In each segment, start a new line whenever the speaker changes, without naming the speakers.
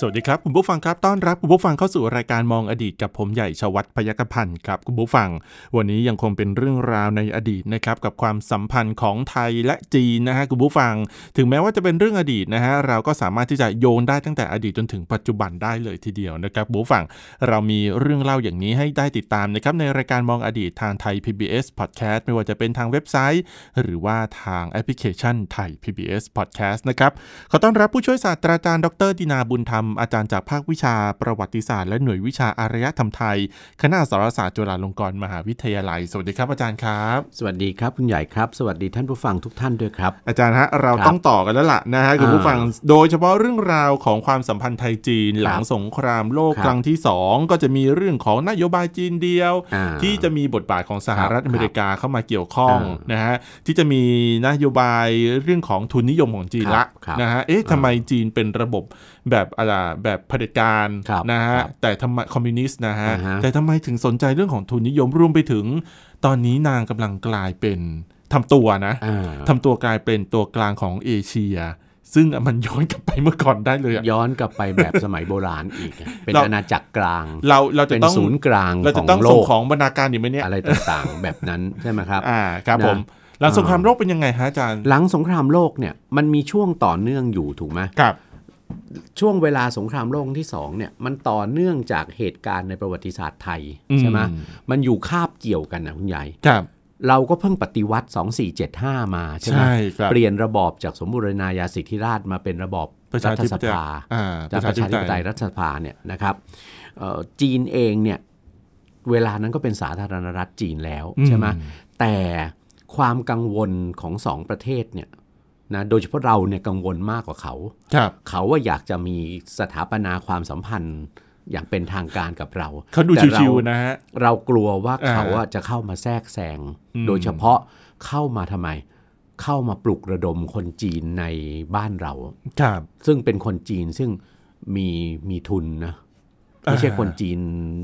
สวัสดีครับ คุณผู้ฟังครับต้อนรับคุณผู้ฟังเข้าสู่รายการมองอดีตกับผมใหญ่ชวัตพยกพันธ์ครับคุณผู้ฟัง วันนี้ยังคงเป็นเรื่องราวในอดีตนะครับกับความสัมพันธ์ของไทยและจีนนะฮะคุณผู้ฟัง ถึงแม้ว่าจะเป็นเรื่องอดีตนะฮะเราก็สามารถที่จะโยงได้ตั้งแต่อดีตจนถึงปัจจุบันได้เลยทีเดียวนะครับคุณผู้ฟังเรามีเรื่องเล่าอย่างนี้ให้ได้ติดตามนะครับในรายการมองอดีตทางไทย PBS Podcast ไม่ว่าจะเป็นทางเว็บไซต์ หรือว่าทางแอปพลิเคชันไทย PBS Podcast นะครับ ขอต้อนรับผู้ช่วยศาสตราจารย์ดรดินาบุญธรรม อาจารย์จากภาควิชาประวัติศาสตร์และหน่วยวิชาอารยธรรมไทย คณะสารศาสตร์จุฬาลงกรณ์มหาวิทยาลัย สวัสดีครับอาจารย์ครับ
สวัสดีครับคุณใหญ่ครับ สวัสดีท่านผู้ฟังทุกท่านด้วยครับ
อาจารย์ฮะเรา
ครับ
ต้องต่อกันแล้วล่ะนะฮะคุณ
อ่า
ผู้ฟังโดยเฉพาะเรื่องราวของความสัมพันธ์ไทยจีน หลังสงครามโลก
ครับ
ครั้งที่สองก็จะมีเรื่องของนโยบายจีนเดียว
อ่า
ที่จะมีบทบาทของสหรัฐ
ครับ
อเมริกาเข้ามาเกี่ยวข้อง
อ่าน
นะฮะที่จะมีนโยบายเรื่องของทุนนิยมของจีนละ
ครับครับ
นะฮะเอ๊ะทำไมจีนเป็นระบบแบบอะไรแบบเผด็จการ
ครับ
นะฮะ
ครับ
แต่ทำไมคอมมิวนิสต์นะฮะ
อ่าฮะ
แต่ทำไมถึงสนใจเรื่องของทุนนิยมรวมไปถึง ตอนนี้นางกำลังกลายเป็นทำตัวนะ
อ่า
ทำตัวกลายเป็นตัวกลางของเอเชีย ซึ่งมันย้อนกลับไปเมื่อก่อนได้เลยอะ
ย้อนกลับไปแบบสมัยโบราณอีก อะเป็น
เรา
อาณาจักรกลาง
เราเราจะ
เป็น
ต้อง
ศูนย์กลาง
เรา
ข
จะ
อง
ต้อง
โล
ส่ง
ก
ของบรรณาการอยู่ไหมเนี่ย
อะไรต่างๆ แบบนั้นใช่ไหมครับ
อ่าครับ
นะ
ผมหลังสงครามโลกเป็นยังไงฮะอาจารย์
หลังสงครามโลกเนี่ยมันมีช่วงต่อเนื่องอยู่ถูกไหม
ครับ
ช่วงเวลาสงครามโลกที่สองเนี่ยมันต่อเนื่องจากเหตุการณ์ในประวัติศาสตร์ไทยใช่ไหม
อืม
มันอยู่คาบเกี่ยวกันนะคุณใหญ่
ครับ
เราก็เพิ่งปฏิวัติ 2475 มาใช่ไหม
ใช่ครับ
เปลี่ยนระบอบจากสมบูรณาญาสิทธิราชมาเป็นระบอบ
ประ
รั
ชา
ฐ
ธิ
ส
ปไตย
ภา
อ่า
จากประชาธิปไตยรัฐสภาเนี่ยนะครับเอ่อจีนเองเนี่ยเวลานั้นก็เป็นสาธารณรัฐจีนแล้วใช่ไหมแต่ความกังวลของสองประเทศเนี่ยนะโดยเฉพาะเราเนี่ยกังวลมากกว่าเขา
ครับ
เขาว่าอยากจะมีสถาปนาความสัมพันธ์อย่างเป็นทางการกับเรา
เขาดู
แต่ร
ชิวๆนะฮะ
เรากลัวว่า
อ่า
เขาอะจะเข้ามาแทรกแซง
อืม
โดยเฉพาะเข้ามาทำไม เข้ามาปลุกระดมคนจีนในบ้านเรา
ครับ
ซึ่งเป็นคนจีนซึ่งมีมีทุนนะ ไม่ใช่คนจีน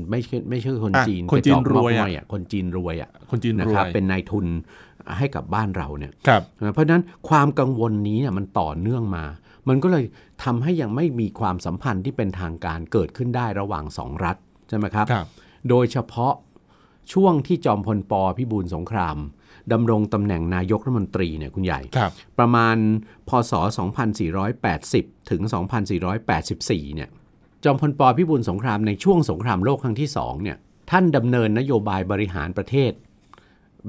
ไม่ใช่ไม่ใช่คนจีน
คนจีนรวย
กะจอก
อะ
มากม่อะคนจีนรวยอะ
คนจีน
นะ
รว
ครับ
ย
เป็นนายทุนให้กับบ้านเราเนี่ย
ครับ
นะเพราะฉะนั้นความกังวลนี้เนี่ยมันต่อเนื่องมา มันก็เลยทำให้ยังไม่มีความสัมพันธ์ที่เป็นทางการเกิดขึ้นได้ระหว่างสองรัฐใช่ไหมครับ
ครับ
โดยเฉพาะช่วงที่จอมพลปพิบูลสงครามดำรงตำแหน่งนายกรัฐมนตรีเนี่ยคุณใหญ่
ครับ
ประมาณพศ 2480 ถึง 2484 เนี่ย จอมพลปพิบูลสงครามในช่วงสงครามโลกครั้งที่สองเนี่ย ท่านดำเนินนโยบายบริหารประเทศ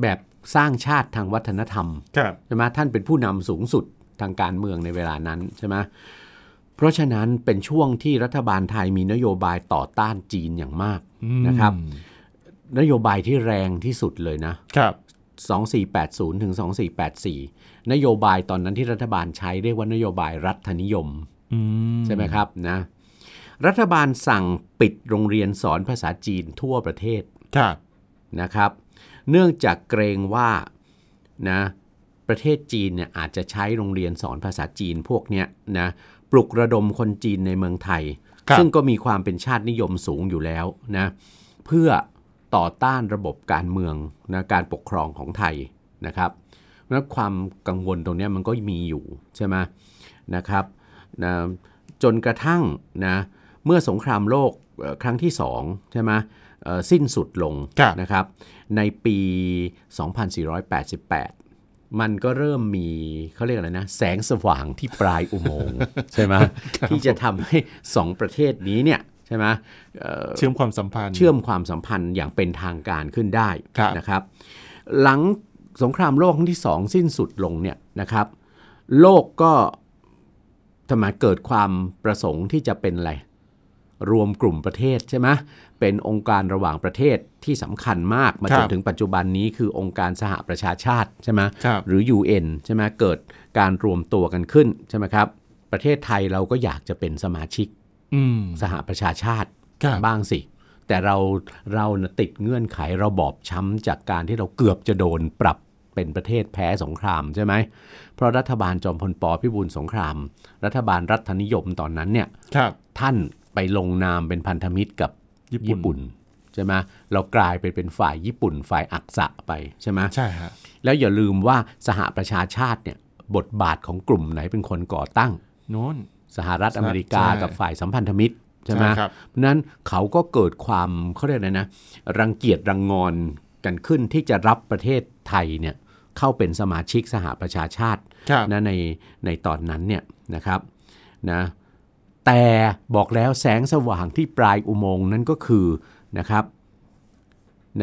แบบสร้างชาติทางวัฒนธรรม
ครับ
ใช่ไหมท่านเป็นผู้นำสูงสุดทางการเมืองในเวลานั้นใช่ไหมเพราะฉะนั้นเป็นช่วงที่รัฐบาลไทยมีนโยบายต่อต้านจีนอย่างมาก
อืม
นะครับ นโยบายที่แรงที่สุดเลยนะ
ครับ
2480ถึง2484 นโยบายตอนนั้นที่รัฐบาลใช้เรียกว่านโยบายรัฐนิยม
อืม
ใช่ไหมครับนะรัฐบาลสั่งปิดโรงเรียนสอนภาษาจีนทั่วประเทศ
ครับ
นะครับ เนื่องจากเกรงว่านะประเทศจีนเนี่ยอาจจะใช้โรงเรียนสอนภาษาจีนพวกเนี้ยนะปลุกระดมคนจีนในเมืองไทย
ครับ
ซึ่งก็มีความเป็นชาตินิยมสูงอยู่แล้วนะเพื่อต่อต้านระบบการเมืองนะการปกครองของไทยนะครับเพราะฉะนั้นความกังวลตรงเนี้ยมันก็มีอยู่ใช่ไหมนะครับนะจนกระทั่งนะเมื่อสงครามโลกเอ่อครั้งที่สองใช่ไหมเอ่อสิ้นสุดลง
ครับ
นะครับในปี 2488 มันก็เริ่มมีเขาเรียกอะไรนะ แสงสว่างที่ปลายอุโมงค์ ใช่ไหมที่จะทำให้สองประเทศนี้เนี่ยใช่ไหมเอ่อ
เชื่อมความสัมพันธ์
เชื่อมความสัมพันธ์อย่างเป็นทางการขึ้นได้
ครับ
นะครับ หลังสงครามโลกครั้งที่สองสิ้นสุดลงเนี่ยนะครับ โลกก็ทำไมเกิดความประสงค์ที่จะเป็นอะไร รวมกลุ่มประเทศใช่ไหมเป็นองค์การระหว่างประเทศที่สำคัญมากมา
ครับ
จนถึงปัจจุบันนี้คือองค์การสหประชาชาติใช่ไหม
ครับ
หรือ UN ใช่ไหมเกิดการรวมตัวกันขึ้นใช่ไหมครับ ประเทศไทยเราก็อยากจะเป็นสมาชิก
อืม
สหประชาชาติ
ครับ
บ้างสิ แต่เราเราน่ะติดเงื่อนไขเราบอบช้ำจากการที่เราเกือบจะโดนปรับ เป็นประเทศแพ้สงครามใช่ไหมเพราะรัฐบาลจอมพลปพิบูลสงคราม รัฐบาลรัฐนิยมตอนนั้นเนี่ย
ครับ
ท่านไปลงนามเป็นพันธมิตรกับ
ญี่ปุ่น
ญี่ปุ่นใช่ไหมเรากลายไปเป็นฝ่ายญี่ปุ่น ฝ่ายอักษะไปใช่ไหม
ใช่ฮะ
แล้วอย่าลืมว่าสหประชาชาติเนี่ยบทบาทของกลุ่มไหนเป็นคนก่อตั้ง
โน้น
สหรัฐอเมริกา
ใช่
กับฝ่ายสัมพันธมิตรใช่ไหม
ใช่ครับ
เพราะฉะนั้นเขาก็เกิดความเขาเรียกอะไรนะ รังเกียจรังงอนกันขึ้นที่จะรับประเทศไทยเนี่ยเข้าเป็นสมาชิกสหประชาชาติ
ครับ
นะในในตอนนั้นเนี่ยนะครับนะแต่บอกแล้วแสงสว่างที่ปลายอุโมงค์นั้นก็คือนะครับ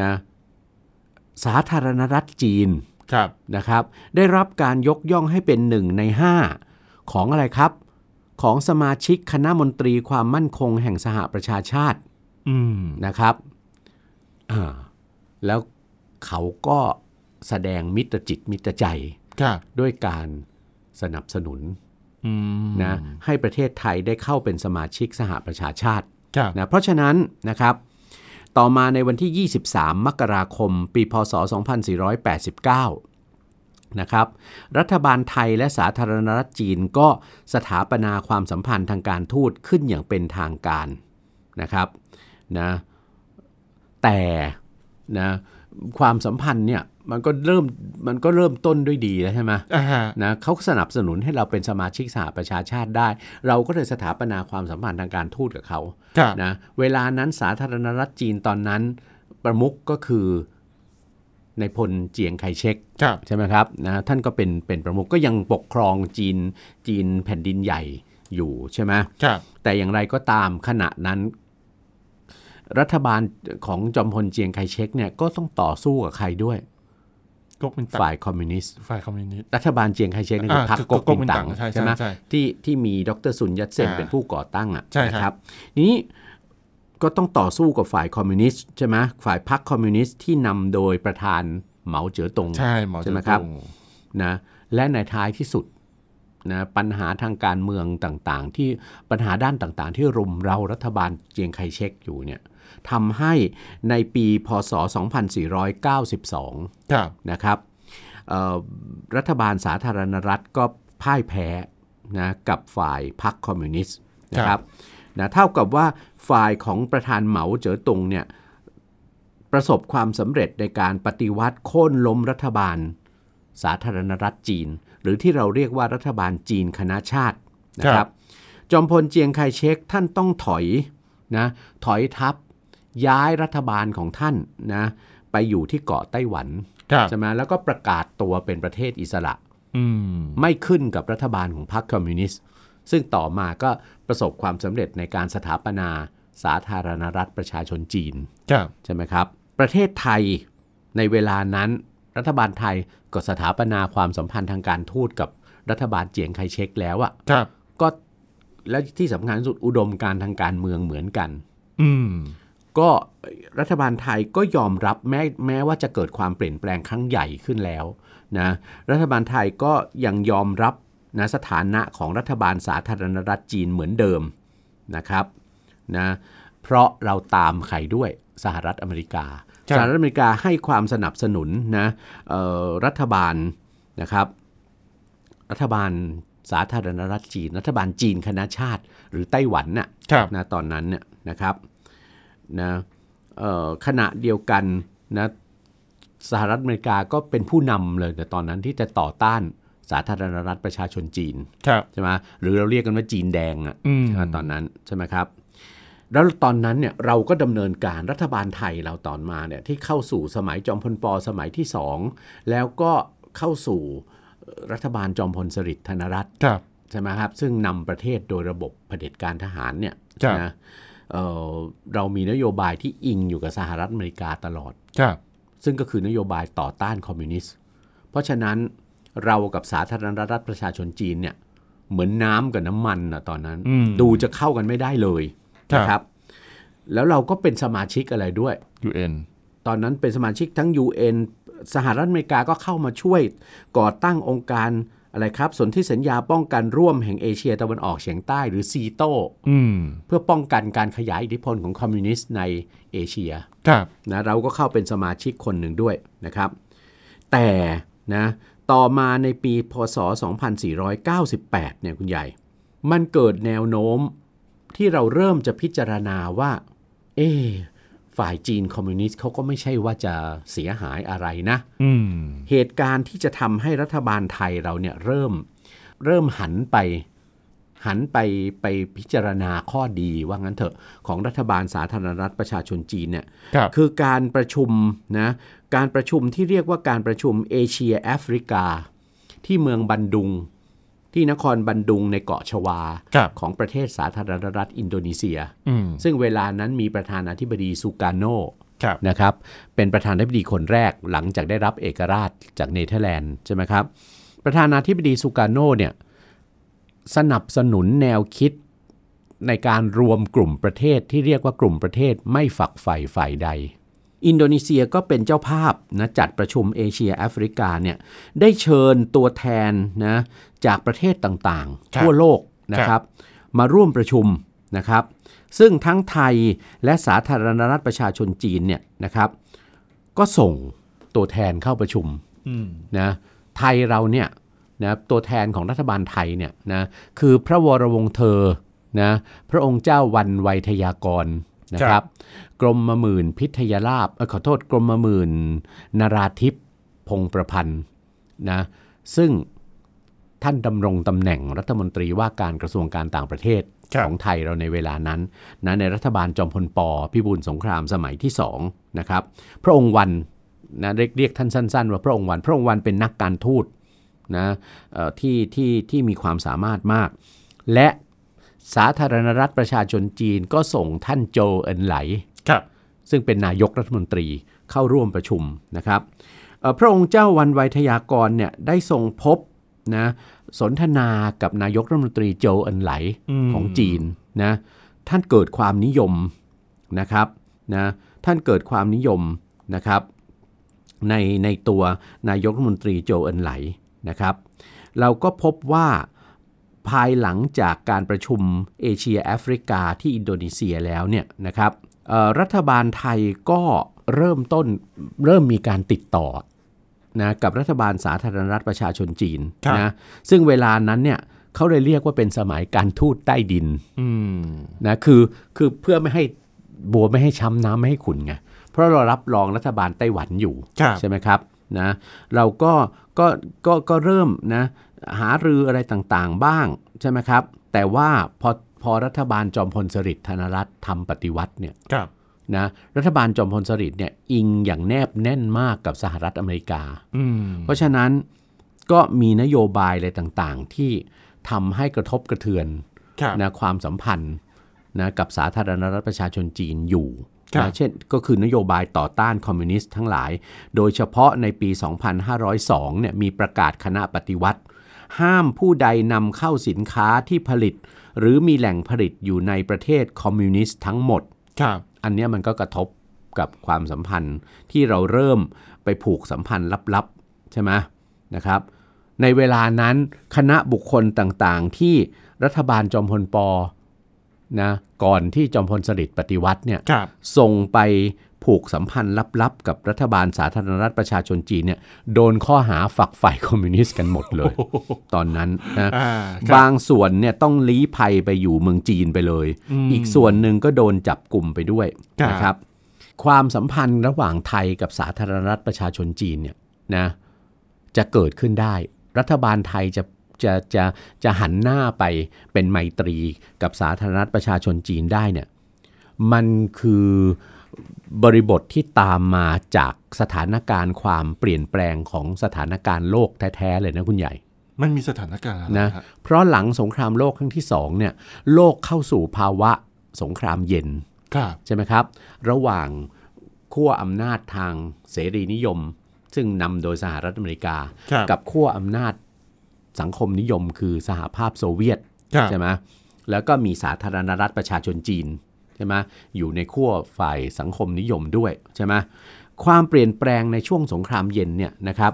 นะสาธารณรัฐจีน
ครับ
นะครับได้รับการยกย่องให้เป็นหนึ่งใน 5 ของอะไรครับ ของสมาชิกคณะมนตรีความมั่นคงแห่งสหประชาชาติ
อืม
นะครับอ่าแล้วเขาก็แสดงมิตรจิตมิตรใจ
ครับ
ด้วยการสนับสนุน
อืม
นะให้ประเทศไทยได้เข้าเป็นสมาชิกสหประชาชาติ
ครับ
นะเพราะฉะนั้นนะครับต่อมาในวันที่ 23 มกราคม ปี พศ 2489 นะครับรัฐบาลไทยและสาธารณรัฐจีนก็สถาปนาความสัมพันธ์ทางการทูตขึ้นอย่างเป็นทางการนะครับนะแต่นะความสัมพันธ์เนี่ยมันก็เริ่มมันก็เริ่มต้นด้วยดีแล้วใช่ไหม
อ่าฮะ
นะเขาสนับสนุนให้เราเป็นสมาชิกสหประชาชาติได้ เราก็เลยสถาปนาความสัมพันธ์ทางการทูตกับเขา
ครับ
นะเวลานั้นสาธารณรัฐจีนตอนนั้น ประมุขก็คือในพลเจียงไคเชก
ครับ
ใช่ไหมครับนะท่านก็เป็นเป็นประมุขก็ยังปกครองจีนจีนแผ่นดินใหญ่อยู่ใช่ไหม
ครับ
แต่อย่างไรก็ตามขณะนั้น รัฐบาลของจอมพลเจียงไคเชกเนี่ยก็ต้องต่อสู้กับใครด้วย
ก๊กมินตั๋ง
ฝ่ายคอมมิวนิสต์
ฝ่ายคอมมิวนิสต์
รัฐบาลเจียงไคเชกนั่นคือ
อ่า
พรรคก๊กมินตั๋ง
ใช่ใช่
ใช่ไหม
ใช่
ที่ที่มีดรซุนยัตเซน
อ่า
เป็นผู้ก่อตั้งอ่ะ
ใช่ครับ
นะครับนี้ก็ต้องต่อสู้กับฝ่ายคอมมิวนิสต์ใช่ไหมฝ่ายพรรคคอมมิวนิสต์ที่นำโดยประธานเหมาเจ๋อตง
ใช่หมอ
ใช่ไหม
เจ๋อ
ครับ
ตง
นะและในท้ายที่สุดนะปัญหาทางการเมืองต่างๆ ที่ปัญหาด้านต่างๆ ที่รุมเรารัฐบาลเจียงไคเชกอยู่เนี่ยทำให้ในปีพศ 2492
ครับ
นะครับเอ่อรัฐบาลสาธารณรัฐก็พ่ายแพ้นะกับฝ่ายพรรคคอมมิวนิสต์นะครับนะเท่ากับว่าฝ่ายของประธานเหมาเจ๋อตงเนี่ยประสบความสำเร็จในการปฏิวัติโค่นล้มรัฐบาลสาธารณรัฐจีน หรือที่เราเรียกว่ารัฐบาลจีนคณะชาตินะครับจอมพลเจียงไคเชกท่านต้องถอยนะถอยทัพย้ายรัฐบาลของท่านนะไปอยู่ที่เกาะไต้หวัน
ครับ
ใช่ไหมแล้วก็ประกาศตัวเป็นประเทศอิสระ
อืม
ไม่ขึ้นกับรัฐบาลของพรรคคอมมิวนิสต์ ซึ่งต่อมาก็ประสบความสำเร็จในการสถาปนาสาธารณรัฐประชาชนจีน
ครับ
ใช่ไหมครับ ประเทศไทยในเวลานั้น รัฐบาลไทยก็สถาปนาความสัมพันธ์ทางการทูตกับรัฐบาลเจียงไคเชกแล้วอะ
ครับ
ก็และที่สำคัญที่สุดอุดมการณ์ทางการเมืองเหมือนกัน
อืม
ก็รัฐบาลไทยก็ยอมรับแม้แม้ว่าจะเกิดความเปลี่ยนแปลงครั้งใหญ่ขึ้นแล้วนะรัฐบาลไทยก็ยังยอมรับนะสถานะของรัฐบาลสาธารณรัฐจีนเหมือนเดิมนะครับนะเพราะเราตามใครด้วยสหรัฐอเมริกา สหรัฐอเมริกาให้ความสนับสนุนนะเอ่อรัฐบาลนะครับ รัฐบาลสาธารณรัฐจีน รัฐบาลจีนคณะชาติ หรือไต้หวันน่ะ
ครับ
นะตอนนั้นเนี่ยนะครับนะเอ่อขณะเดียวกันนะสหรัฐอเมริกาก็เป็นผู้นำเลยแต่ตอนนั้นที่จะต่อต้านสาธารณรัฐประชาชนจีน
ครับ
ใช่ไหมหรือเราเรียกกันว่าจีนแดงอะ
อืม
ใช่ไหมตอนนั้นใช่ไหมครับ แล้วตอนนั้นเนี่ยเราก็ดำเนินการรัฐบาลไทยเราตอนมาเนี่ยที่เข้าสู่สมัยจอมพลปสมัยที่สองแล้วก็เข้าสู่รัฐบาลจอมพลสฤษดิ์ธนรัตน์
ครับ
ใช่ไหมครับซึ่งนำประเทศโดยระบบเผด็จการทหารเนี่ย
ครับ
นะเอ่อเรามีนโยบายที่อิงอยู่กับสหรัฐอเมริกาตลอด
ครับ
ซึ่งก็คือนโยบายต่อต้านคอมมิวนิสต์เพราะฉะนั้นเรากับสาธารณรัฐประชาชนจีนเนี่ยเหมือนน้ำกับน้ำมันนะตอนนั้น
อืม
ดูจะเข้ากันไม่ได้เลย
ครับ
นะครับ แล้วเราก็เป็นสมาชิกอะไรด้วย
UN
ตอนนั้นเป็นสมาชิกทั้ง UN สหรัฐอเมริกาก็เข้ามาช่วยก่อตั้งองค์การอะไรครับสนธิสัญญาป้องกันร่วมแห่งเอเชียตะวันออกเฉียงใต้หรือซีโต
อืม
เพื่อป้องกันการขยายอิทธิพลของคอมมิวนิสต์ในเอเชีย
ครับ
นะเราก็เข้าเป็นสมาชิกคนหนึ่งด้วยนะครับ แต่ นะต่อมาในปีพศ 2498 เนี่ยคุณใหญ่ มันเกิดแนวโน้มที่เราเริ่มจะพิจารณาว่า เอ๊ะฝ่ายจีนคอมมิวนิสต์เขาก็ไม่ใช่ว่าจะเสียหายอะไรนะ
อืม
เหตุการณ์ที่จะทำให้รัฐบาลไทยเราเนี่ยเริ่มเริ่มหันไปหันไปไปพิจารณาข้อดีว่างั้นเถอะของรัฐบาลสาธารณรัฐประชาชนจีนเนี่ย
ครับ
คือการประชุมนะการประชุมที่เรียกว่าการประชุมเอเชียแอฟริกา ที่เมืองบันดุง ที่นครบันดุงในเกาะชวา
ครับ
ของประเทศสาธารณรัฐอินโดนีเซีย
อืม
ซึ่งเวลานั้นมีประธานาธิบดีซูการโน
ครับ
นะครับเป็นประธานาธิบดีคนแรกหลังจากได้รับเอกราชจากเนเธอร์แลนด์ใช่ไหมครับประธานาธิบดีซูการโนเนี่ยสนับสนุนแนวคิดในการรวมกลุ่มประเทศที่เรียกว่ากลุ่มประเทศไม่ฝักใฝ่ฝ่ายใด อินโดนีเซียก็เป็นเจ้าภาพนะจัดประชุมเอเชียแอฟริกาเนี่ยได้เชิญตัวแทนนะจากประเทศต่าง
ครั
ๆ
บ
ทั่วโลกนะ
ค
ค
รั
รับ บ มาร่วมประชุมนะครับ ซึ่งทั้งไทยและสาธารณรัฐประชาชนจีนเนี่ยนะครับ ก็ส่งตัวแทนเข้าประชุม
อืม
นะไทยเราเนี่ยนะตัวแทนของรัฐบาลไทยเนี่ยนะคือพระวรวงศ์เธอนะพระองค์เจ้าวันไวยทยากรนะค
ครั
รับ บ กรมหมื่นพิทยราบเอ่อขอโทษกรมหมื่นนาราธิปพงศ์ประพันธ์นะซึ่งท่านดำรงตำแหน่งรัฐมนตรีว่าการกระทรวงการต่างประเทศ
ครับ
ของไทยเราในเวลานั้นนะในรัฐบาลจอมพลปพิบูลสงครามสมัยที่สองนะครับพระองค์วันนะเรียกเรียกท่านสั้น ๆ ว่าพระองค์วัน พระองค์วันเป็นนักการทูตนะเอ่อที่ที่ที่มีความสามารถมาก และสาธารณรัฐประชาชนจีนก็ส่งท่านโจเอินไหล
ครับ
ซึ่งเป็นนายกรัฐมนตรีเข้าร่วมประชุมนะครับเอ่อพระองค์เจ้าวันไวยทยากรเนี่ยได้ทรงพบนะสนทนากับนายกรัฐมนตรีโจวเอินไหล
อืม
ของจีนนะท่านเกิดความนิยมนะครับนะท่านเกิดความนิยมนะครับในในตัวนายกรัฐมนตรีโจวเอินไหลนะครับ เราก็พบว่าภายหลังจากการประชุมเอเชียแอฟริกาที่อินโดนีเซียแล้วเนี่ยนะครับเอ่อรัฐบาลไทยก็เริ่มต้นเริ่มมีการติดต่อนะกับรัฐบาลสาธารณรัฐประชาชนจีน
ครับ
นะซึ่งเวลานั้นเนี่ยเขาเลยเรียกว่าเป็นสมัยการทูตใต้ดิน
อืม
นะคือคือเพื่อไม่ให้บัวไม่ให้ช้ำน้ำไม่ให้ขุนไงเพราะเรารับรองรัฐบาลไต้หวันอยู่
ครับ
ใช่ไหมครับนะเราก็ก็ก็ก็เริ่มนะหารืออะไรต่างๆบ้างใช่ไหมครับ แต่ว่าพอพอรัฐบาลจอมพลสฤษดิ์ธนรัตน์ทำปฏิวัติเนี่ย
ครับ
นะรัฐบาลจอมพลสฤษดิ์เนี่ยอิงอย่างแนบแน่นมากกับสหรัฐอเมริกา
อืม
เพราะฉะนั้นก็มีนโยบายอะไรต่างๆ ที่ทำให้กระทบกระเทือน
ครับ
นะความสัมพันธ์นะกับสาธารณรัฐประชาชนจีนอยู่
ครับ
นะเช่นก็คือนโยบายต่อต้านคอมมิวนิสต์ทั้งหลาย โดยเฉพาะในปี 2502เนี่ยมีประกาศคณะปฏิวัติ ห้ามผู้ใดนำเข้าสินค้าที่ผลิต หรือมีแหล่งผลิตอยู่ในประเทศคอมมิวนิสต์ทั้งหมด
ครับ
อันเนี้ยมันก็กระทบกับความสัมพันธ์ที่เราเริ่มไปผูกสัมพันธ์ลับๆ ใช่ไหมนะครับ ในเวลานั้นคณะบุคคลต่างๆ ที่รัฐบาลจอมพลปนะก่อนที่จอมพลสฤษดิ์ปฏิวัติเนี่ย
ครับ
ส่งไปผูกสัมพันธ์ลับๆ กับรัฐบาลสาธารณรัฐประชาชนจีนเนี่ยโดนข้อหาฝักฝ่ายคอมมิวนิสต์กันหมดเลย ตอนนั้นนะ
อ่าครับ
บางส่วนเนี่ยต้องลี้ภัยไปอยู่เมืองจีนไปเลย อีกส่วนหนึ่งก็โดนจับกลุ่มไปด้วยนะครับ ความสัมพันธ์ระหว่างไทยกับสาธารณรัฐประชาชนจีนเนี่ยนะจะเกิดขึ้นได้ รัฐบาลไทยจะจะจะจะหันหน้าไปเป็นไมตรีกับสาธารณรัฐประชาชนจีนได้เนี่ยมันคือบริบทที่ตามมาจากสถานการณ์ความเปลี่ยนแปลงของสถานการณ์โลกแท้ๆเลยนะคุณใหญ่
มันมีสถานการณ์อะไร
นะ
ครับ
เพราะหลังสงครามโลกครั้งที่สองเนี่ยโลกเข้าสู่ภาวะสงครามเย็น
ครับ
ใช่ไหมครับ ระหว่างขั้วอำนาจทางเสรีนิยม ซึ่งนำโดยสหรัฐอเมริกา
ครับ
กับขั้วอำนาจสังคมนิยมคือสหภาพโซเวียต
ครับ
ใช่ไหมแล้วก็มีสาธารณรัฐประชาชนจีนใช่ไหมอยู่ในขั้วฝ่ายสังคมนิยมด้วยใช่ไหมความเปลี่ยนแปลงในช่วงสงครามเย็นเนี่ยนะครับ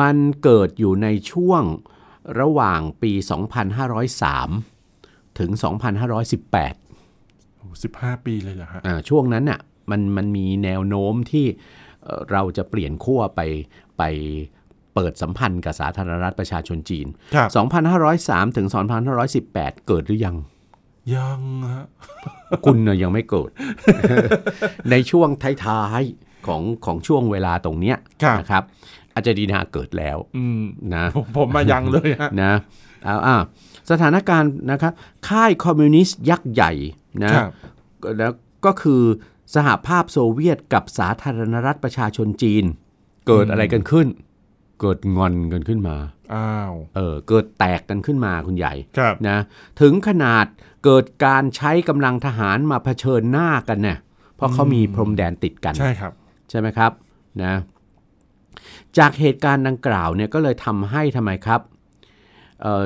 มันเกิดอยู่ในช่วงระหว่างปี 2503 ถึง 2518
สิบห้าปีเลยเหรอฮะ
อ่าช่วงนั้นน่ะมันมันมีแนวโน้มที่เอ่อเราจะเปลี่ยนขั้วไปไป เปิดสัมพันธ์กับสาธารณรัฐประชาชนจีน
ครับ
2,503ถึง2,518 เกิดหรือยัง
ยังฮะ
คุณน่ะยังไม่เกิด ใน ช่วงท้ายๆของของช่วงเวลาตรงเนี้ยนะครับ อาจจะดีนาเกิดแล้ว
อืม
นะ
ผมผมมายังเลยฮะ
นะเอาอ่ะสถานการณ์นะครับค่ายคอมมิวนิสต์ยักษ์ใหญ่นะครับ แล้วก็คือสหภาพโซเวียตกับสาธารณรัฐประชาชนจีน เกิดอะไรกันขึ้น เกิดงอนกันขึ้นมา
อ้าว
เออเกิดแตกกันขึ้นมาคุณใหญ่
ครับ
นะถึงขนาดเกิดการใช้กำลังทหารมาเผชิญหน้ากันเนี่ยเพราะเขามีพรมแดนติดกัน
ใช่ครับ
ใช่ไหมครับนะจากเหตุการณ์ดังกล่าวเนี่ยก็เลยทำให้ทำไมครับเอ่อ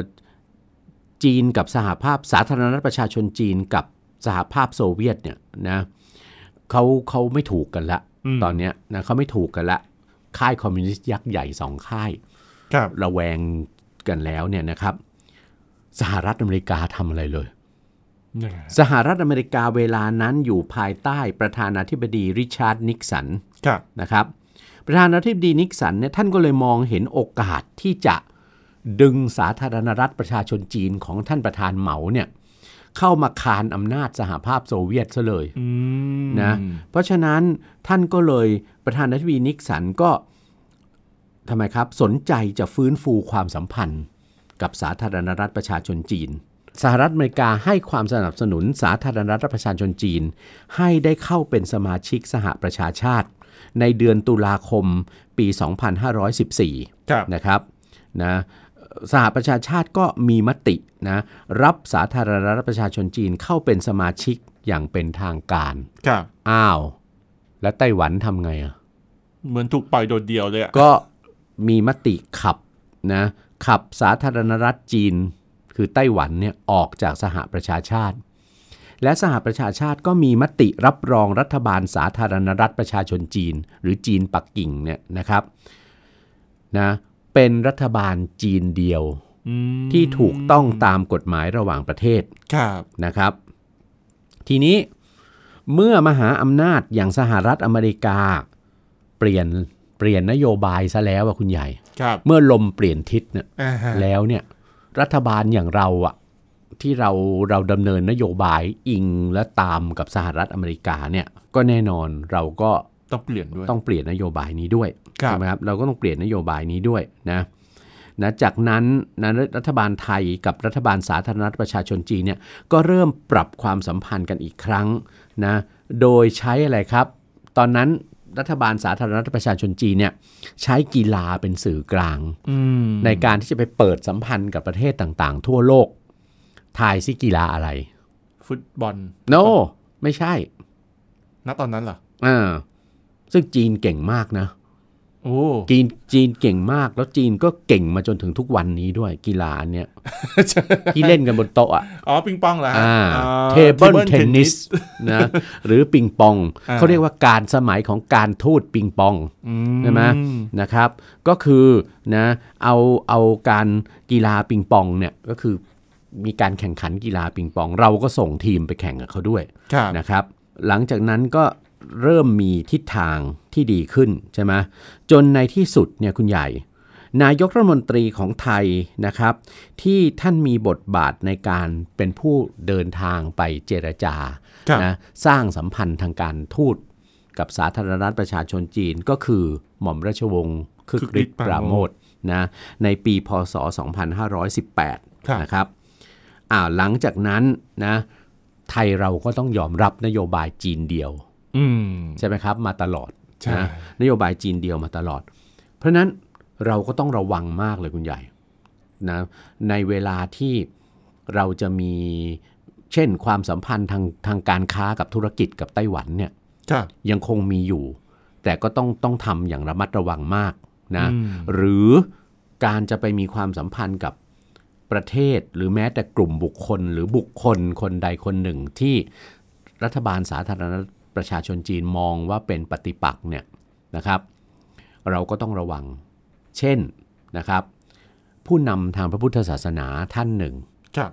จีนกับสหภาพสาธารณรัฐประชาชนจีนกับสหภาพโซเวียตเนี่ยนะเขาเขาไม่ถูกกันละ
อืม
ตอนเนี้ยนะเขาไม่ถูกกันละ ค่ายคอมมิวนิสต์ยักษ์ใหญ่สองค่าย
ครับ
ระแวงกันแล้วเนี่ยนะครับ สหรัฐอเมริกาทำอะไรเลย
ยังไงฮะ
สหรัฐอเมริกาเวลานั้นอยู่ภายใต้ประธานาธิบดีริชาร์ดนิกสัน
ครับ
นะครับประธานาธิบดีนิกสันเนี่ยท่านก็เลยมองเห็นโอกาสที่จะดึงสาธารณรัฐประชาชนจีนของท่านประธานเหมาเนี่ยเข้ามาคานอำนาจสหภาพโซเวียตซะเลย
อืม
นะเพราะฉะนั้นท่านก็เลยประธานาธิบดีนิกสันก็ทำไมครับสนใจจะฟื้นฟูความสัมพันธ์ กับสาธารณรัฐประชาชนจีน สหรัฐอเมริกาให้ความสนับสนุนสาธารณรัฐประชาชนจีน ให้ได้เข้าเป็นสมาชิกสหประชาชาติ ในเดือนตุลาคมปี 2514
ครับ
นะครับนะสหประชาชาติก็มีมตินะรับสาธารณรัฐประชาชนจีนเข้าเป็นสมาชิกอย่างเป็นทางการ
ครับ
อ้าว แล้วไต้หวันทำไงอ่ะ
เหมือนถูกปล่อยโดดเดี่ยวเลยอะ
ก็มีมติขับนะขับสาธารณรัฐจีน คือไต้หวันเนี่ยออกจากสหประชาชาติ และสหประชาชาติก็มีมติรับรองรัฐบาลสาธารณรัฐประชาชนจีน หรือจีนปักกิ่งเนี่ยนะครับนะเป็นรัฐบาลจีนเดียว
อืม
ที่ถูกต้องตามกฎหมายระหว่างประเทศ
ครับ
นะครับ ทีนี้เมื่อมหาอำนาจอย่างสหรัฐอเมริกา เปลี่ยนเปลี่ยนนโยบายซะแล้วอะคุณใหญ่
ครับ
เมื่อลมเปลี่ยนทิศเนี่ย
อ่าฮะ
แล้วเนี่ยรัฐบาลอย่างเราอะที่เราเราดำเนินนโยบายอิงและตามกับสหรัฐอเมริกาเนี่ยก็แน่นอนเราก็
ต้องเปลี่ยนด้วย
ต้องเปลี่ยนนโยบายนี้ด้วย
ครับ
ใช่ไหมครับเราก็ต้องเปลี่ยนนโยบายนี้ด้วยนะนะจากนั้นนะรัฐบาลไทยกับรัฐบาลสาธารณรัฐประชาชนจีนเนี่ยก็เริ่มปรับความสัมพันธ์กันอีกครั้งนะโดยใช้อะไรครับ ตอนนั้นรัฐบาลสาธารณรัฐประชาชนจีนเนี่ยใช้กีฬาเป็นสื่อกลาง
อืม
ในการที่จะไปเปิดสัมพันธ์กับประเทศต่างๆ ทั่วโลกทายซิกีฬาอะไร
ฟุตบอล
โน no, ไม่ใช่
ณตอนนั้นเหรอ
อ่าซึ่งจีนเก่งมากนะ
โอ้
จีนจีนเก่งมากแล้วจีนก็เก่งมาจนถึงทุกวันนี้ด้วยกีฬาอัน เนี่ย ที่เล่นกันบนโต๊ะอ่ะ
อ๋อ ปิงปองเหรอฮะ
อ่า
อ่า
เทเบิล
table
เทนนิส
tennis
นะหรือปิงปอง
อ่า
เขาเรียกว่าการสมัยของการทูตปิงปอง
อื
ใช่ไหมนะครับ ก็คือนะเอาเอาการกีฬาปิงปองเนี่ยก็คือมีการแข่งขันกีฬาปิงปอง เราก็ส่งทีมไปแข่งกับเขาด้วย
ครับ
นะครับหลังจากนั้นก็เริ่มมีทิศทางที่ดีขึ้นใช่ไหมจนในที่สุดเนี่ยคุณใหญ่ นายกรัฐมนตรีของไทยนะครับ ที่ท่านมีบทบาทในการเป็นผู้เดินทางไปเจรจา
ครับ
นะสร้างสัมพันธ์ทางการทูตกับสาธารณรัฐประชาชนจีนก็คือหม่อมราชวงศ์คึกฤทธิ์ปราโมทนะในปีพศ 2518 นะครับอ่าหลังจากนั้นนะ ไทยเราก็ต้องยอมรับนโยบายจีนเดียว
อืม
ใช่ไหมครับ มาตลอด
ใช่
นะนโยบายจีนเดียวมาตลอด เพราะฉะนั้นเราก็ต้องระวังมากเลยคุณใหญ่นะในเวลาที่เราจะมีเช่นความสัมพันธ์ทางทางการค้ากับธุรกิจกับไต้หวันเนี่ย
ครับ
ยังคงมีอยู่ แต่ก็ต้องต้องทำอย่างระมัดระวังมากนะ
อืม
หรือการจะไปมีความสัมพันธ์กับประเทศหรือแม้แต่กลุ่มบุคคล หรือบุคคลคนใดคนหนึ่งที่รัฐบาลสาธารณรัฐประชาชนจีนมองว่าเป็นปฏิปักษ์เนี่ยนะครับ เราก็ต้องระวัง เช่นนะครับ ผู้นำทางพระพุทธศาสนาท่านหนึ่ง
ครับ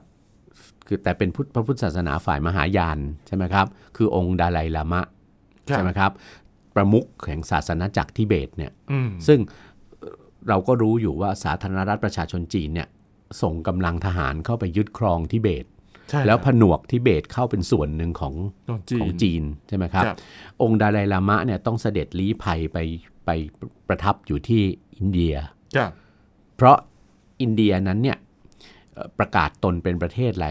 คือแต่เป็นพุทธพระพุทธศาสนาฝ่ายมหายานใช่ไหมครับ คือองค์ดาไลลามะ
ครับ
ใช่ไหมครับ ประมุขแห่งศาสนาจักรทิเบตเนี่ย
อืม
ซึ่งเอ่อ เราก็รู้อยู่ว่าสาธารณรัฐประชาชนจีนเนี่ยส่งกำลังทหารเข้าไปยึดครองทิเบต
ใช่
แล้วผ
ครับ
นวกทิเบตเข้าเป็นส่วนหนึ่งของ
ของจี
ขอน งจีนใช่ไหมครับ
ครับ
องค์ดาไลลามะเนี่ยต้องเสด็จลี้ภัยไปไปประทับอยู่ที่อินเดีย
ครับ
เพราะอินเดียนั้นเนี่ยเอ่อประกาศตนเป็นประเทศอะไร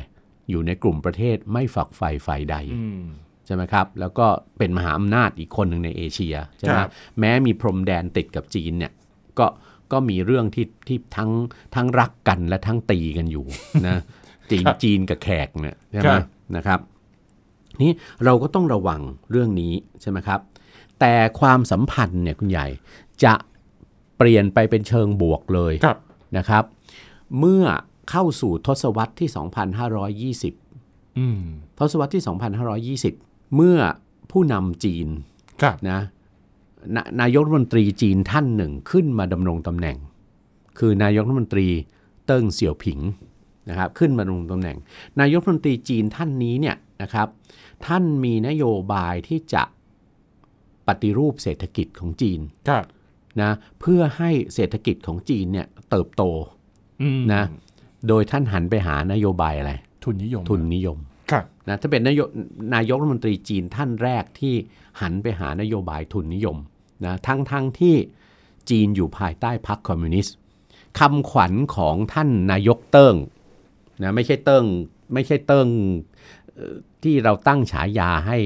อยู่ในกลุ่มประเทศไม่ฝักใฝ่ฝ่ายใด
อืม
ใช่ไหมครับ แล้วก็เป็นมหาอำนาจอีกคนหนึ่งในเอเชียใช่ไหม
ครับ
แม้มีพรมแดนติดกับจีนเนี่ย ก็ ก็มีเรื่องที่ ที่ทั้ง ทั้งรักกันและทั้งตีกันอยู่ นะ จีน จีนกับแขกเนี่ยใช่ไหมนะครับ นี่เราก็ต้องระวังเรื่องนี้ใช่ไหมครับ แต่ความสัมพันธ์เนี่ยคุณใหญ่จะเปลี่ยนไปเป็นเชิงบวกเลย
ครับ
นะครับ เมื่อเข้าสู่ทศวรรษที่ 2520
อืม
ทศวรรษที่ 2520 เมื่อผู้นำจีน
ครับ
นะนานายกรัฐมนตรีจีนท่านหนึ่งขึ้นมาดำรงตำแหน่ง คือนายกรัฐมนตรีเติ้งเสี่ยวผิงนะครับขึ้นมาดำรงตำแหน่ง นายกรัฐมนตรีจีนท่านนี้เนี่ยนะครับท่านมีนโยบายที่จะปฏิรูปเศรษฐกิจของจีน
ครับ
นะเพื่อให้เศรษฐกิจของจีนเนี่ยเติบโต
อืม
นะ โดยท่านหันไปหานโยบายอะไร
ทุนนิยม
ทุนนิยม
ครับ
นะถ้าเป็นนายกนายกรัฐมนตรีจีนท่านแรกที่หันไปหานโยบายทุนนิยมนะทั้งทั้งที่จีนอยู่ภายใต้พรรคคอมมิวนิสต์คำขวัญของท่านนายกเติ้งนะไม่ใช่เติ้งไม่ใช่เติ้งเอ่อที่เราตั้งฉายาให้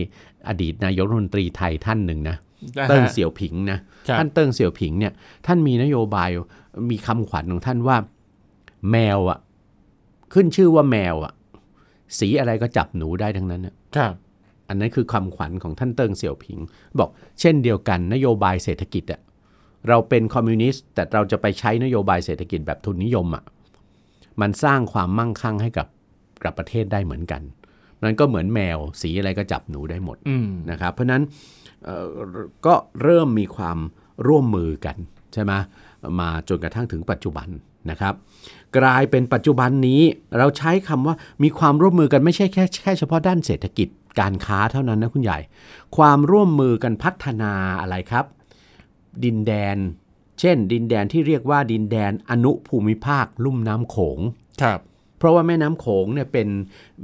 อดีตนายกรัฐมนตรีไทยท่านหนึ่งนะเติ้งเสี่ยวผิงนะครับ ท่านเติ้งเสี่ยวผิงเนี่ยท่านมีนโยบายมีคำขวัญของท่านว่าแมวอะขึ้นชื่อว่าแมวอะสีอะไรก็จับหนูได้ทั้งนั้นอะ
ครับ
อันนั้นคือคำขวัญของท่านเติ้งเสี่ยวผิง บอกเช่นเดียวกันนโยบายเศรษฐกิจอะเราเป็นคอมมิวนิสต์แต่เราจะไปใช้นโยบายเศรษฐกิจแบบทุนนิยมอะมันสร้างความมั่งคั่งให้กับกับประเทศได้เหมือนกันนั้นก็เหมือนแมวสีอะไรก็จับหนูได้หมด
อืม
นะครับเพราะฉะนั้นเอ่อก็เริ่มมีความร่วมมือกันใช่ไหมมาจนกระทั่งถึงปัจจุบันนะครับ กลายเป็นปัจจุบันนี้เราใช้คำว่ามีความร่วมมือกันไม่ใช่แค่แค่เฉพาะด้านเศรษฐกิจการค้าเท่านั้นนะคุณใหญ่ ความร่วมมือกันพัฒนาอะไรครับ ดินแดน เช่น ดินแดนที่เรียกว่าดินแดนอนุภูมิภาค ลุ่มน้ำโขง
ครับ
เพราะว่าแม่น้ำโขงเนี่ยเป็น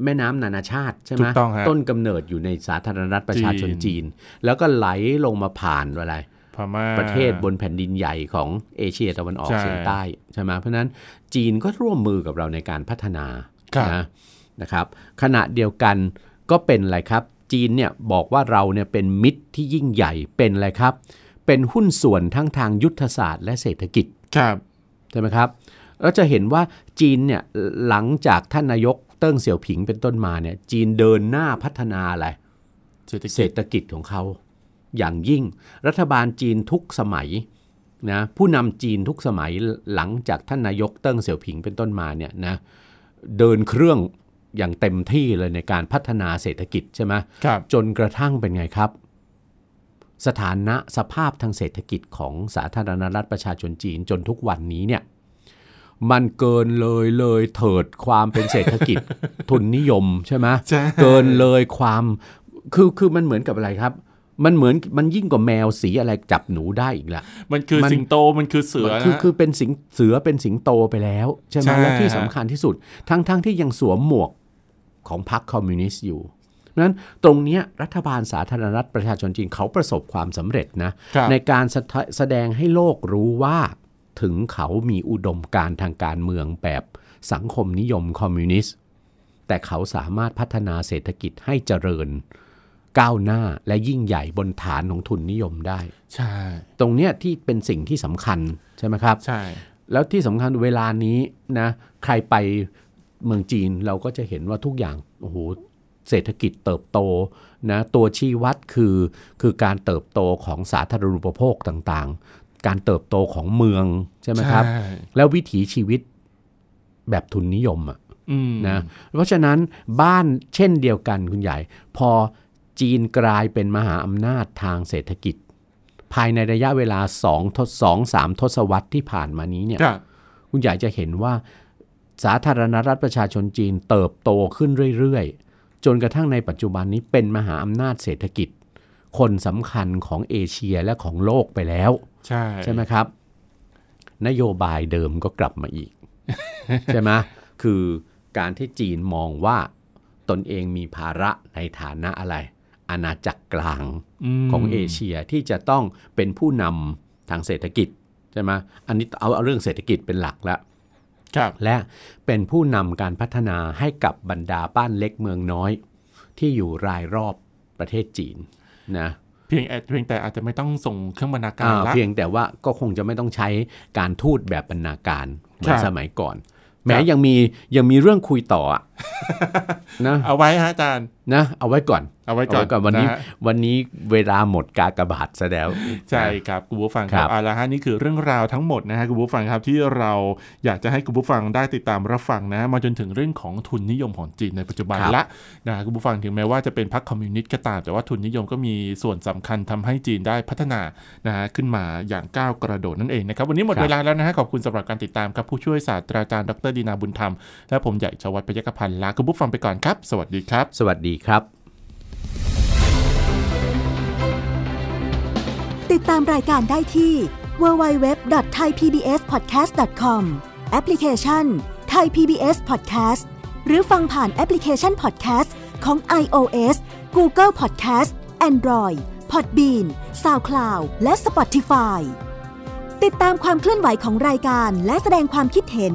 แม่น้ำนานาชาติใช่ไหม
ถูกต้องฮะ
ต้นกำเนิดอยู่ในสาธารณรัฐประชาชน
จีน
จีน แล้วก็ไหลลงมาผ่านอะไร
พม่า
ประเทศบนแผ่นดินใหญ่ของเอเชียตะวันออก
ใช่
เฉียงใต้ใช่ไหมเพราะฉะนั้นจีนก็ร่วมมือกับเราในการพัฒนา
ครับ
นะนะครับ ขณะเดียวกันก็เป็นอะไรครับ จีนเนี่ยบอกว่าเราเนี่ยเป็นมิตรที่ยิ่งใหญ่เป็นอะไรครับ เป็นหุ้นส่วนทั้งทางยุทธศาสตร์และเศรษฐกิจ
ครับ
ใช่ไหมครับเราจะเห็นว่าจีนเนี่ยหลังจากท่านนายกเติ้งเสี่ยวผิงเป็นต้นมาเนี่ยจีนเดินหน้าพัฒนาอะไร
เศรษฐ
เศร
กิจ
ษฐกิจของเขาอย่างยิ่ง รัฐบาลจีนทุกสมัยนะผู้นำจีนทุกสมัยหลังจากท่านนายกเติ้งเสี่ยวผิงเป็นต้นมาเนี่ยนะเดินเครื่องอย่างเต็มที่เลยในการพัฒนาเศรษฐกิจใช่ไหม
ครับ
จนกระทั่งเป็นไงครับ สถานะสภาพทางเศรษฐกิจของสาธารณรัฐประชาชนจีนจนทุกวันนี้เนี่ยมันเกินเลยเลยเถิดความเป็นเศรษฐกิจ ทุนนิยมใช่ไหม
ใช่
เกินเลยความคือคือมันเหมือนกับอะไรครับ มันเหมือนมันยิ่งกว่าแมวสีอะไรจับหนูได้อีกละ
มันคือ
มัน
สิงโต มันคือเสือ
มัน
นะ
คือคือเป็นสิงเสือเป็นสิงโตไปแล้ว ใช่ไหม
ใช่
และที่
ฮะ
สำคัญที่สุด ทั้งทั้งที่ยังสวมหมวกของพรรคคอมมิวนิสต์อยู่เพราะฉะนั้นตรงเนี้ยรัฐบาลสาธารณรัฐประชาชนจีนเขาประสบความสำเร็จนะ
ครับ
ในการสะทะแสดงให้โลกรู้ว่าถึงเขามีอุดมการณ์ทางการเมืองแบบสังคมนิยมคอมมิวนิสต์ แต่เขาสามารถพัฒนาเศรษฐกิจให้เจริญ ก้าวหน้าและยิ่งใหญ่บนฐานของทุนนิยมได้
ใช่
ตรงเนี้ยที่เป็นสิ่งที่สำคัญใช่ไหมครับ
ใช่
แล้วที่สำคัญเวลานี้นะใครไปเมืองจีนเราก็จะเห็นว่าทุกอย่างโอ้โหเศรษฐกิจเติบโตนะตัวชี้วัดคือคือการเติบโตของสาธารณูปโภคต่างๆ การเติบโตของเมืองใช่ไหมครับ
ใช่
แล้ววิถีชีวิตแบบทุนนิยมอะ
อืม
นะเพราะฉะนั้นบ้านเช่นเดียวกันคุณใหญ่ พอจีนกลายเป็นมหาอำนาจทางเศรษฐกิจ ภายในระยะเวลา2ทศ2 3 ทศวรรษที่ผ่านมานี้เนี่ย
ครับ
คุณใหญ่จะเห็นว่าสาธารณรัฐประชาชนจีนเติบโตขึ้นเรื่อยๆ จนกระทั่งในปัจจุบันนี้เป็นมหาอำนาจเศรษฐกิจ คนสำคัญของเอเชียและของโลกไปแล้ว
ใช่
ใช่ไหมครับ นโยบายเดิมก็กลับมาอีก ใช่ไหมคือการที่จีนมองว่าตนเองมีภาระในฐานะอะไร อาณาจักรกลาง
ม
ของเอเชียที่จะต้องเป็นผู้นำทางเศรษฐกิจใช่ไหมอันนี้เอาเอาเรื่องเศรษฐกิจเป็นหลักละ
ครับ
และเป็นผู้นำการพัฒนาให้กับบรรดาบ้านเล็กเมืองน้อย ที่อยู่รายรอบประเทศจีนนะ
เพียงแอดเพียงแต่อาจจะไม่ต้องส่งเครื่องบรรณาการ
อ่า
ละ
เพียงแต่ว่าก็คงจะไม่ต้องใช้การทูตแบบบรรณาการเหมือน
ครับ
สมัยก่อน แม้
ครับ
ยังมียังมีเรื่องคุยต่ออะ นะ
เอาไว้ฮะอาจารย์
นะเอาไว้ก่อน
เอาไว้ก่อน
วันนี้
ะฮะ
วันนี้เวลาหมดกากบาทซะแล้ว
ใช่ครับคุณผู้ฟังค
ครั
รับบ เอาละฮะนี่คือเรื่องราวทั้งหมดนะฮะคุณผู้ฟังครับที่เราอยากจะให้คุณผู้ฟังได้ติดตามรับฟังนะมาจนถึงเรื่องของทุนนิยมของจีนในปัจจุบัน
ครับ
ละนะฮะคุณผู้ฟังถึงแม้ว่าจะเป็นพรรคคอมมิวนิสต์ก็ตาม แต่ว่าทุนนิยมก็มีส่วนสำคัญทำให้จีนได้พัฒนานะฮะขึ้นมาอย่างก้าวกระโดดนั่นเองนะครับวันนี้หมดเวลาแล้วนะฮะขอบคุณสำหรับการติดตามครับผู้ช่วยศาสตราจารย์ดรดีนาบุญธรรมและผมใหญ่ชวัฒน์พยัคฆพันธ์ลาคุณผู้ฟังไปก่อนครับ สวัสดีครับ
สวัสดีครับ
ติดตามรายการได้ที่ www.thaipbspodcast.com แอปพลิเคชัน Thai PBS Podcast หรือฟังผ่านแอปพลิเคชัน Podcast ของ iOS Google Podcast Android Podbean SoundCloud และ Spotify ติดตามความเคลื่อนไหวของรายการและแสดงความคิดเห็น